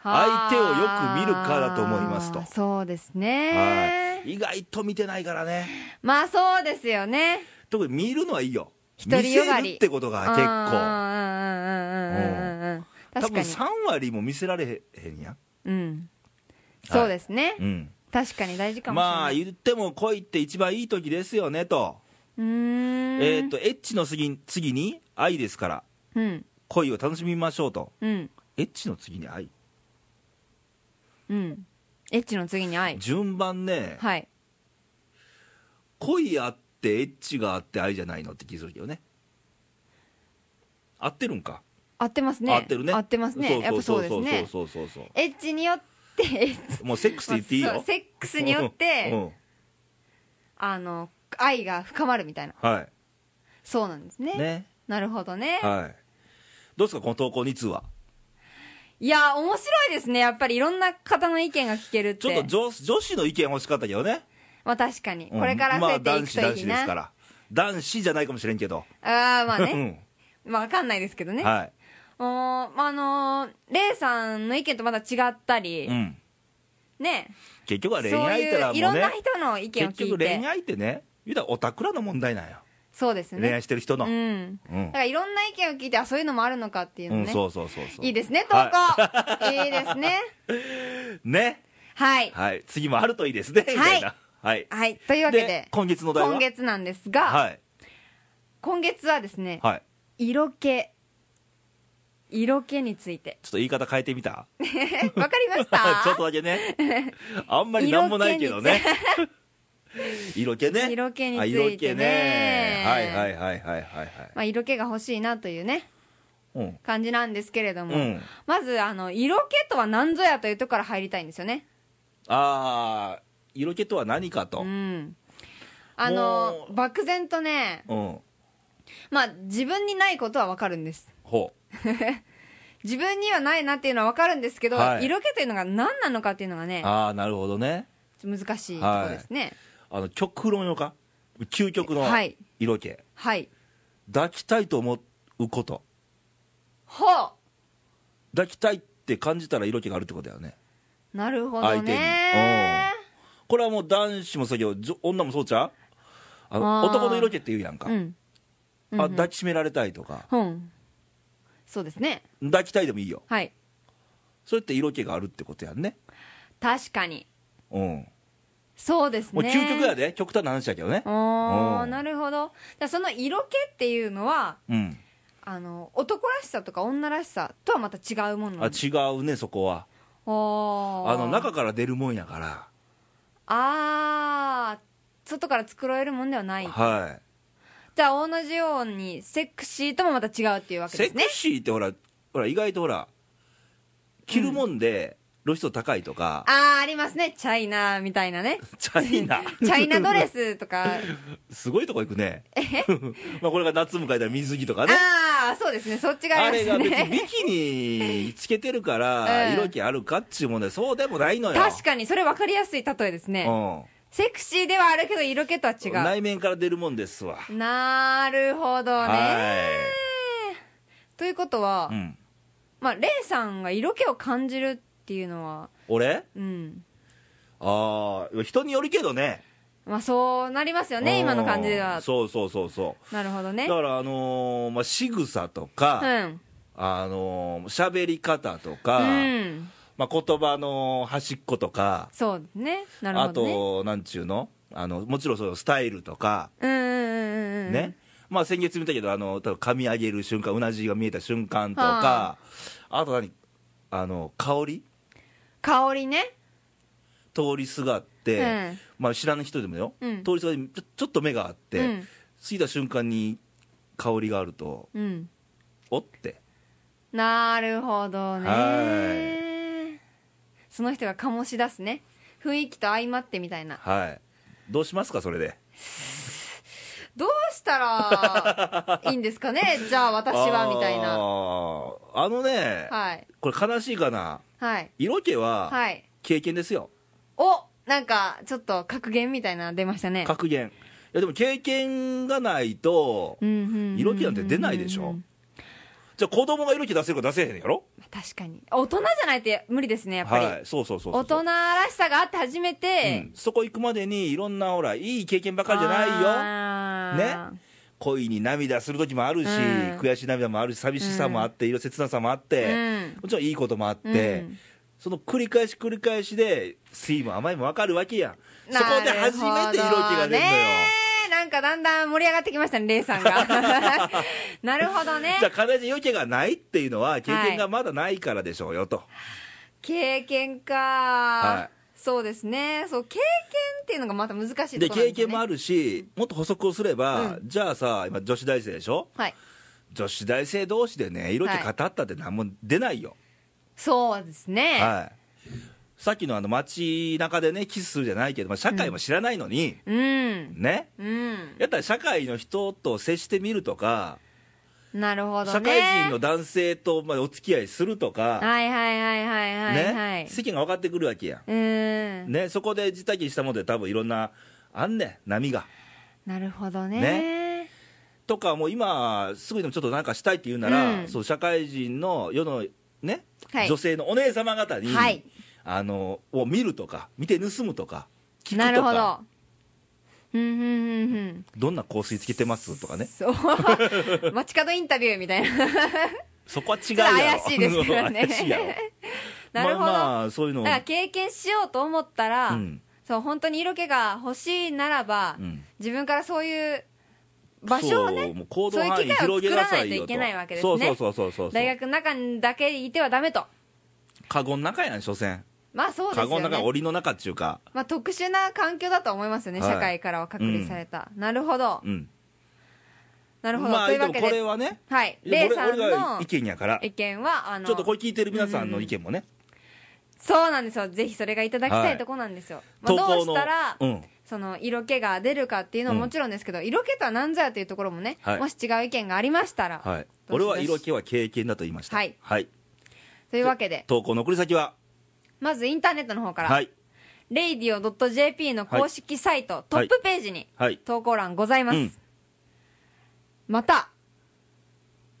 Speaker 1: 相
Speaker 2: あ
Speaker 1: 手をよく見るかだと思いますと
Speaker 2: そうです
Speaker 1: は
Speaker 2: ね
Speaker 1: い。意外と見てないからね。
Speaker 2: まあそうですよね
Speaker 1: 特に見るのはいいよ。
Speaker 2: 独りよがり
Speaker 1: 見せるってことが結構。
Speaker 2: 構うんうんうんうんうんうん
Speaker 1: 多
Speaker 2: 確か
Speaker 1: 分
Speaker 2: に
Speaker 1: 3割も見せられへんやん。
Speaker 2: うん
Speaker 1: はい
Speaker 2: そうですね、
Speaker 1: うん。
Speaker 2: 確かに大事かもしれない
Speaker 1: まあ言っても恋って一番いい時ですよねと。
Speaker 2: うーん
Speaker 1: えっ、と、エッチの次に次に愛ですから、
Speaker 2: うん
Speaker 1: 恋を楽しみましょうと。
Speaker 2: うん
Speaker 1: エッチの次に愛
Speaker 2: うんエッチの次に愛
Speaker 1: 順番ね、
Speaker 2: はい
Speaker 1: 恋あってエッチがあって愛じゃないのって気するけどね合ってるんか、
Speaker 2: 合ってますね
Speaker 1: 合ってるね
Speaker 2: 合ってますねやっぱそうですね
Speaker 1: そうそうそうそうそう
Speaker 2: エッチによってエッチ
Speaker 1: もうセックスって言っていい
Speaker 2: そう
Speaker 1: よ
Speaker 2: セックスによっ
Speaker 1: う
Speaker 2: て
Speaker 1: ん
Speaker 2: あの愛が深まるみたいな
Speaker 1: は
Speaker 2: そうなんですね
Speaker 1: いね
Speaker 2: なるほどね、、
Speaker 1: はいどうですかこの投稿2通はい
Speaker 2: や面白いですねやっぱりいろんな方の意見が聞けるって
Speaker 1: ちょっと女女子の意見欲しかったけどね、
Speaker 2: まあ確かに
Speaker 1: うん
Speaker 2: これから増えていく
Speaker 1: まあ
Speaker 2: と
Speaker 1: 男子男
Speaker 2: いい
Speaker 1: 子
Speaker 2: な、
Speaker 1: ですから男子じゃないかもしれんけど
Speaker 2: ああまあ
Speaker 1: う
Speaker 2: ね
Speaker 1: ん
Speaker 2: まあわかんないですけどね、
Speaker 1: は
Speaker 2: もうまああのーレイさんの意見とまた違った
Speaker 1: い、
Speaker 2: り、
Speaker 1: うん、
Speaker 2: ね
Speaker 1: 結局は
Speaker 2: そう
Speaker 1: 恋愛っての
Speaker 2: い
Speaker 1: は
Speaker 2: うい
Speaker 1: もう
Speaker 2: ろ
Speaker 1: ん
Speaker 2: な
Speaker 1: ね
Speaker 2: 人の意見を
Speaker 1: 結
Speaker 2: 聞い
Speaker 1: 局恋
Speaker 2: て
Speaker 1: 愛ってね言うたらオタクらの問題なんよ
Speaker 2: そうです
Speaker 1: 恋
Speaker 2: ね
Speaker 1: 愛してる人の、
Speaker 2: うん
Speaker 1: うん
Speaker 2: だからいろんな意見を聞いてあそういうのもあるのかっていう
Speaker 1: う
Speaker 2: の
Speaker 1: ん、
Speaker 2: ね、
Speaker 1: そうそうそうそう
Speaker 2: いいですね投稿、い、いですね
Speaker 1: ね
Speaker 2: はい
Speaker 1: はい次もあるといいですねみたいなはい
Speaker 2: はいというわけで
Speaker 1: 今月の題は
Speaker 2: 今月なんですが、
Speaker 1: はい
Speaker 2: 今月はですね、
Speaker 1: はい
Speaker 2: 色気色気について
Speaker 1: ちょっと言い方変えてみた
Speaker 2: わかりました
Speaker 1: ちょっとだけねあんまりなんもないけどね 色気ね
Speaker 2: 色気についてね
Speaker 1: あ色気ねはいはいはいはいはいはい
Speaker 2: まあ、色気が欲しいなというね
Speaker 1: うん
Speaker 2: 感じなんですけれども、
Speaker 1: うん
Speaker 2: まずあの色気とは何ぞやというとこから入りたいんですよね
Speaker 1: ああ色気とは何かと
Speaker 2: う、んあの
Speaker 1: も
Speaker 2: 漠然とね
Speaker 1: うん、
Speaker 2: まあ自分にないことはわかるんです
Speaker 1: ほう
Speaker 2: 自分にはないなっていうのはわかるんですけど、
Speaker 1: はい
Speaker 2: 色気というのが何なのかっていうのがね
Speaker 1: ああなるほどね
Speaker 2: 難しいところですね
Speaker 1: あの極論よか究極の
Speaker 2: はい
Speaker 1: 色気、
Speaker 2: はい、
Speaker 1: 抱きたいと思うこと
Speaker 2: ほ
Speaker 1: 抱きたいって感じたら色気があるってことだよね
Speaker 2: うなるほどね
Speaker 1: 相これはもう男子もそうやけどじょ女もそうちゃうあの
Speaker 2: あー
Speaker 1: 男の色気って言うやんか、
Speaker 2: うんうんう
Speaker 1: あ
Speaker 2: ん
Speaker 1: 抱きしめられたいとか
Speaker 2: うんそうですね
Speaker 1: 抱きたいでもいいよ
Speaker 2: はい
Speaker 1: それって色気があるってことやんね
Speaker 2: 確かに
Speaker 1: うん
Speaker 2: そうです
Speaker 1: もう
Speaker 2: ね
Speaker 1: 究極やで極端な話やけどね
Speaker 2: お
Speaker 1: う
Speaker 2: ー
Speaker 1: ん
Speaker 2: なるほどだからその色気っていうのは
Speaker 1: うん
Speaker 2: あの男らしさとか女らしさとはまた違うもの
Speaker 1: あ
Speaker 2: なん
Speaker 1: 違うねそこは
Speaker 2: おー
Speaker 1: あの中から出るもんやから
Speaker 2: あー外から繕えるもんではない
Speaker 1: はい
Speaker 2: じゃあ同じようにセクシーともまた違うっていうわけで
Speaker 1: セ
Speaker 2: す
Speaker 1: ク
Speaker 2: ね
Speaker 1: シーってほらほら意外とほら着るもんで露出度高いとか、
Speaker 2: あーありますねチャイナみたいなね
Speaker 1: チャイナ
Speaker 2: チャイナドレスとか
Speaker 1: すごいとこ行くね まあこれが夏迎えたら水着とかね
Speaker 2: ああそうですねそっちが
Speaker 1: あ
Speaker 2: あり
Speaker 1: れ
Speaker 2: ま
Speaker 1: が
Speaker 2: す
Speaker 1: 別にビ
Speaker 2: ね
Speaker 1: キニつけてるか
Speaker 2: う
Speaker 1: ら
Speaker 2: ん
Speaker 1: 色気あるかっちゅう問題そうでもないのよ
Speaker 2: 確かにそれ分かりやすい例えですねセクシーではあるけど色気とは違
Speaker 1: うん、
Speaker 2: う
Speaker 1: 内面から出るもんですわ
Speaker 2: なるほどね
Speaker 1: は
Speaker 2: ということは、
Speaker 1: い、うん、
Speaker 2: まあレイさんが色気を感じるっていうのは
Speaker 1: 俺
Speaker 2: うん
Speaker 1: ああ人によるけどね
Speaker 2: まあそうなりますよ
Speaker 1: うん
Speaker 2: ね今の感じでは
Speaker 1: そうそうそうそ
Speaker 2: なるほど
Speaker 1: う
Speaker 2: ね
Speaker 1: だからあのーまあ仕草とか、
Speaker 2: うん
Speaker 1: あのー喋り方とか、
Speaker 2: うん
Speaker 1: まあ、言葉の端っことか、
Speaker 2: そうですねなる
Speaker 1: あ
Speaker 2: ほどね
Speaker 1: となんちゅうのあのもちろんそのスタイルとか
Speaker 2: うんうんうんうんうん
Speaker 1: ね、まあ先月見たけどあの多分髪上げる瞬間うなじが見えた瞬間とか、
Speaker 2: は
Speaker 1: あ、と何あの香り
Speaker 2: 香りね
Speaker 1: 通りすがって、
Speaker 2: うん
Speaker 1: まあ知らぬ人でもよ、
Speaker 2: うん
Speaker 1: 通りすがってちょちょっと目があって、
Speaker 2: うん
Speaker 1: 過ぎた瞬間に香りがあると
Speaker 2: うん
Speaker 1: おって
Speaker 2: なるほど
Speaker 1: は
Speaker 2: ねその人が醸し出すね雰囲気と相まってみたいな
Speaker 1: はいどうしますかそれで
Speaker 2: どうし たらいいんですかねじゃあ私はみたい
Speaker 1: あ
Speaker 2: な
Speaker 1: ーあのね、
Speaker 2: はい
Speaker 1: これ悲しいかな
Speaker 2: はい
Speaker 1: 色気は
Speaker 2: はい
Speaker 1: 経験ですよ、
Speaker 2: おおなんか、ちょっと格言みたいなの出ましたね。
Speaker 1: 格言いやでも経験がないと
Speaker 2: うんうんうんうん
Speaker 1: 色気なんて出ないでしょじゃあ子供が色気出せるか出せへんやろ
Speaker 2: 確かに。大人じゃないと無理ですね、やっぱり。
Speaker 1: はいそうそうそうそう
Speaker 2: 大人らしさがあって初めて、
Speaker 1: うんそこ行くまでにいろんなほらいい経験ばかりじゃないよ
Speaker 2: ないね
Speaker 1: 恋に涙する時もあるし、
Speaker 2: うん
Speaker 1: 悔しい涙もあるし寂しさもあって、いろいろ切なさもあって、
Speaker 2: うん
Speaker 1: もちろんいいこともあって、
Speaker 2: うん
Speaker 1: その繰り返し繰り返しで酸いも甘いも分かるわけやんそ
Speaker 2: なる
Speaker 1: こ
Speaker 2: ほど
Speaker 1: で初めて色気が出るのよ、
Speaker 2: ねなんかだんだん盛り上がってきましたねレイさん がなるほどね
Speaker 1: じゃあ課題で余計がないっていうのは経験がまだないからでしょうよと、
Speaker 2: 経験か、
Speaker 1: い
Speaker 2: そうですねそう経験っていうのがまた難しいところなん
Speaker 1: で
Speaker 2: です、ね、
Speaker 1: 経験もあるしもっと補足をすれば、
Speaker 2: う
Speaker 1: じゃあさ今女子大生でしょ
Speaker 2: はい
Speaker 1: 女子大生同士でね色気語ったって何も出ないよ、
Speaker 2: そうですね、
Speaker 1: はい、さっきのあの街中でねキスするじゃないけど、まあ、社会も知らないのに、
Speaker 2: うん
Speaker 1: ね
Speaker 2: うん
Speaker 1: やったら社会の人と接してみるとか、
Speaker 2: なるほどね
Speaker 1: 社会人の男性とまあお付き合いするとか、
Speaker 2: はいはいはいはいはいはい、
Speaker 1: ね、世間が分かってくるわけや
Speaker 2: うー
Speaker 1: ん、
Speaker 2: ん
Speaker 1: ね、そこで実体験したもので多分いろんなあんねん波が
Speaker 2: なるほどね
Speaker 1: とかもう今すぐにでもちょっとなんかしたいって言うなら、
Speaker 2: うん
Speaker 1: そう社会人の世のね、
Speaker 2: はい
Speaker 1: 女性のお姉様方に、
Speaker 2: はい
Speaker 1: あのを見るとか見て盗むとか聞くとか
Speaker 2: なるほどうんうんうんうん
Speaker 1: どんな香水つけてますとかね
Speaker 2: そう 街角インタビューみたいな
Speaker 1: そこは違う
Speaker 2: ちょ
Speaker 1: や
Speaker 2: っ
Speaker 1: ろ
Speaker 2: と怪しいですけど ね
Speaker 1: 怪しいやろ
Speaker 2: なるほど、
Speaker 1: まあまあそういうのを
Speaker 2: だから経験しようと思ったら、
Speaker 1: うん
Speaker 2: そう本当に色気が欲しいならば、
Speaker 1: うん
Speaker 2: 自分からそういう場所を
Speaker 1: そう
Speaker 2: ね
Speaker 1: もう行動範囲広げなさいよ
Speaker 2: そういう機会を作らないといけないわけです
Speaker 1: そう
Speaker 2: ね
Speaker 1: そうそうそうそう
Speaker 2: 大学の中にだけいてはダメと
Speaker 1: カゴの中やん所詮
Speaker 2: まあそうです
Speaker 1: カゴ
Speaker 2: よ
Speaker 1: の中
Speaker 2: ね、
Speaker 1: 檻の中っていうか
Speaker 2: まあ、特殊な環境だと思いますよね、
Speaker 1: はい
Speaker 2: 社会からは隔離された、なるほど
Speaker 1: うん
Speaker 2: なるほど、
Speaker 1: まあ
Speaker 2: とい
Speaker 1: で
Speaker 2: うわ
Speaker 1: も
Speaker 2: け
Speaker 1: これ
Speaker 2: で
Speaker 1: はね
Speaker 2: はいレイ
Speaker 1: 俺
Speaker 2: さん
Speaker 1: 俺が
Speaker 2: の
Speaker 1: 意見やから
Speaker 2: 意見はあの
Speaker 1: ちょっとこれ聞いてる皆さんの意見もね、
Speaker 2: そうなんですよぜひそれがいただきたいとこなんですよ、
Speaker 1: 投
Speaker 2: まあ、どう
Speaker 1: 稿の
Speaker 2: したら、
Speaker 1: うん
Speaker 2: その色気が出るかっていうのはもちろんですけど、色気とは何ぞやというところもね、
Speaker 1: はい
Speaker 2: もし違う意見がありましたら、
Speaker 1: はい、
Speaker 2: どし
Speaker 1: 俺
Speaker 2: どし
Speaker 1: は色気は経験だと言いました
Speaker 2: はいというわけで
Speaker 1: 投稿の送り先は
Speaker 2: まずインターネットの方から、
Speaker 1: はい
Speaker 2: radio.jp の公式サイト、トップページに
Speaker 1: はい
Speaker 2: 投稿欄ございます、
Speaker 1: うん
Speaker 2: また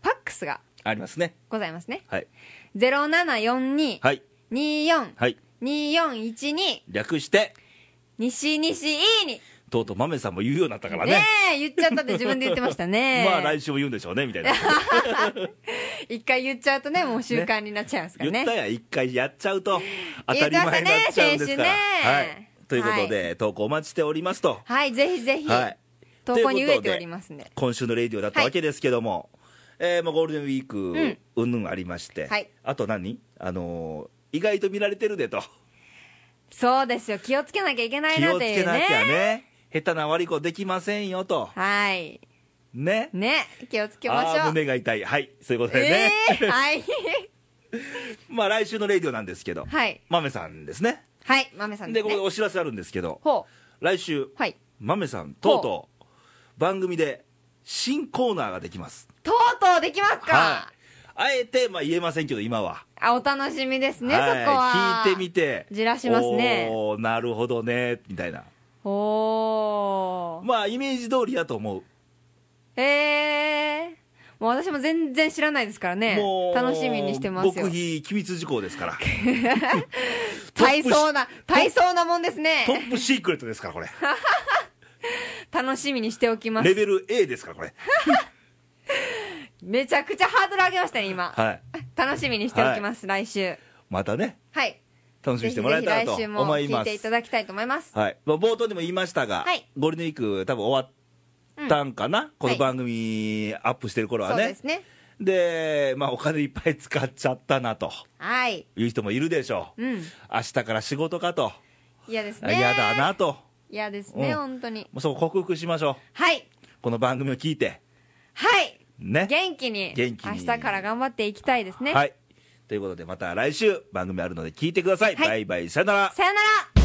Speaker 2: ファックスが
Speaker 1: ありますね
Speaker 2: ございますね
Speaker 1: はい
Speaker 2: 0742242412、
Speaker 1: はいはい
Speaker 2: 2412
Speaker 1: 略して
Speaker 2: 西西 E に
Speaker 1: とうとう豆さんも言うようになったからね
Speaker 2: ねえ言っちゃったって自分で言ってました ね
Speaker 1: まあ来週も言うんでしょうねみたい な、
Speaker 2: 一回言っちゃうとねもう習慣になっちゃいますから
Speaker 1: 言
Speaker 2: ね
Speaker 1: ったや一回やっちゃうと当たり前になっちゃうんですから、
Speaker 2: 言いま
Speaker 1: は
Speaker 2: したね先週ね
Speaker 1: い、ということで、投稿お待ちしておりますと、
Speaker 2: はいぜひぜひ、
Speaker 1: はい
Speaker 2: 投稿に飢えておりますんで
Speaker 1: 今週のレディオだったわけですけども、えーまあ、ゴールデンウィーク
Speaker 2: ん
Speaker 1: うんぬんありまして、
Speaker 2: はい
Speaker 1: あと何あのー意外と見られてるでと
Speaker 2: そうですよ気をつけなきゃいけない
Speaker 1: 気
Speaker 2: な
Speaker 1: を
Speaker 2: と
Speaker 1: つ
Speaker 2: いう
Speaker 1: け
Speaker 2: ね
Speaker 1: なきゃね下手な悪い子できませんよと
Speaker 2: はい
Speaker 1: ね
Speaker 2: ね気をつけまし
Speaker 1: あー
Speaker 2: ょう
Speaker 1: 胸が痛いはいそういうことでね、
Speaker 2: えー、はい
Speaker 1: まあ来週のレディオなんですけど、
Speaker 2: はい
Speaker 1: マメさんですね
Speaker 2: はい豆さん
Speaker 1: で
Speaker 2: です、
Speaker 1: こ
Speaker 2: ね、
Speaker 1: こでお知らせあるんですけど
Speaker 2: ほ
Speaker 1: 来週
Speaker 2: うはい
Speaker 1: マメさんとうとう番組で新コーナーができます
Speaker 2: とうとうできますか、
Speaker 1: はいあえてまあ言えませんけど今は
Speaker 2: あお楽しみですね、
Speaker 1: はい、
Speaker 2: そこは
Speaker 1: 聞いてみて
Speaker 2: じらしますね
Speaker 1: おーなるほどねみたいな
Speaker 2: おー
Speaker 1: まあイメージ通りやと思う、
Speaker 2: えー、もう私も全然知らないですからね
Speaker 1: もう
Speaker 2: 楽しみにしてますよ
Speaker 1: 極秘機密事項ですから
Speaker 2: 大層
Speaker 1: な
Speaker 2: な大層なもんです
Speaker 1: ト
Speaker 2: ね
Speaker 1: ップシークレットですからこれ
Speaker 2: 楽しみにしておき ま
Speaker 1: レ
Speaker 2: す
Speaker 1: ベル A ですからこれ
Speaker 2: めちゃくちゃハードル上げましたね今、
Speaker 1: はい
Speaker 2: 楽しみにしておきます、来週
Speaker 1: またね
Speaker 2: はい
Speaker 1: 楽しみ
Speaker 2: ぜ
Speaker 1: に
Speaker 2: ひ
Speaker 1: してもら
Speaker 2: ぜひ
Speaker 1: えたら
Speaker 2: 来
Speaker 1: と
Speaker 2: 週も
Speaker 1: 思い
Speaker 2: 聞い
Speaker 1: ます
Speaker 2: ていただきたいと思います
Speaker 1: はいまあ、冒頭でも言いましたが、
Speaker 2: はい
Speaker 1: ゴールデンウィーク多分終わったんかな、この番組アップしてる頃は
Speaker 2: そう
Speaker 1: ね、
Speaker 2: ですね
Speaker 1: で、まあ、お金いっぱい使っちゃったなと
Speaker 2: はい
Speaker 1: いう人もいるでしょう、
Speaker 2: うん
Speaker 1: 明日から仕事かと、
Speaker 2: 嫌ですね
Speaker 1: 嫌だなと、
Speaker 2: 嫌ですね、
Speaker 1: うん
Speaker 2: 本当に
Speaker 1: もうそこ克服しましょ、
Speaker 2: はいう
Speaker 1: この番組を聞いて、
Speaker 2: はい
Speaker 1: ね。
Speaker 2: 元気に
Speaker 1: 元気に
Speaker 2: 明日から頑張っていきたいですね、
Speaker 1: はいということで、また来週、番組あるので聞いてください。
Speaker 2: はい
Speaker 1: バイバイ、さよなら。
Speaker 2: さよなら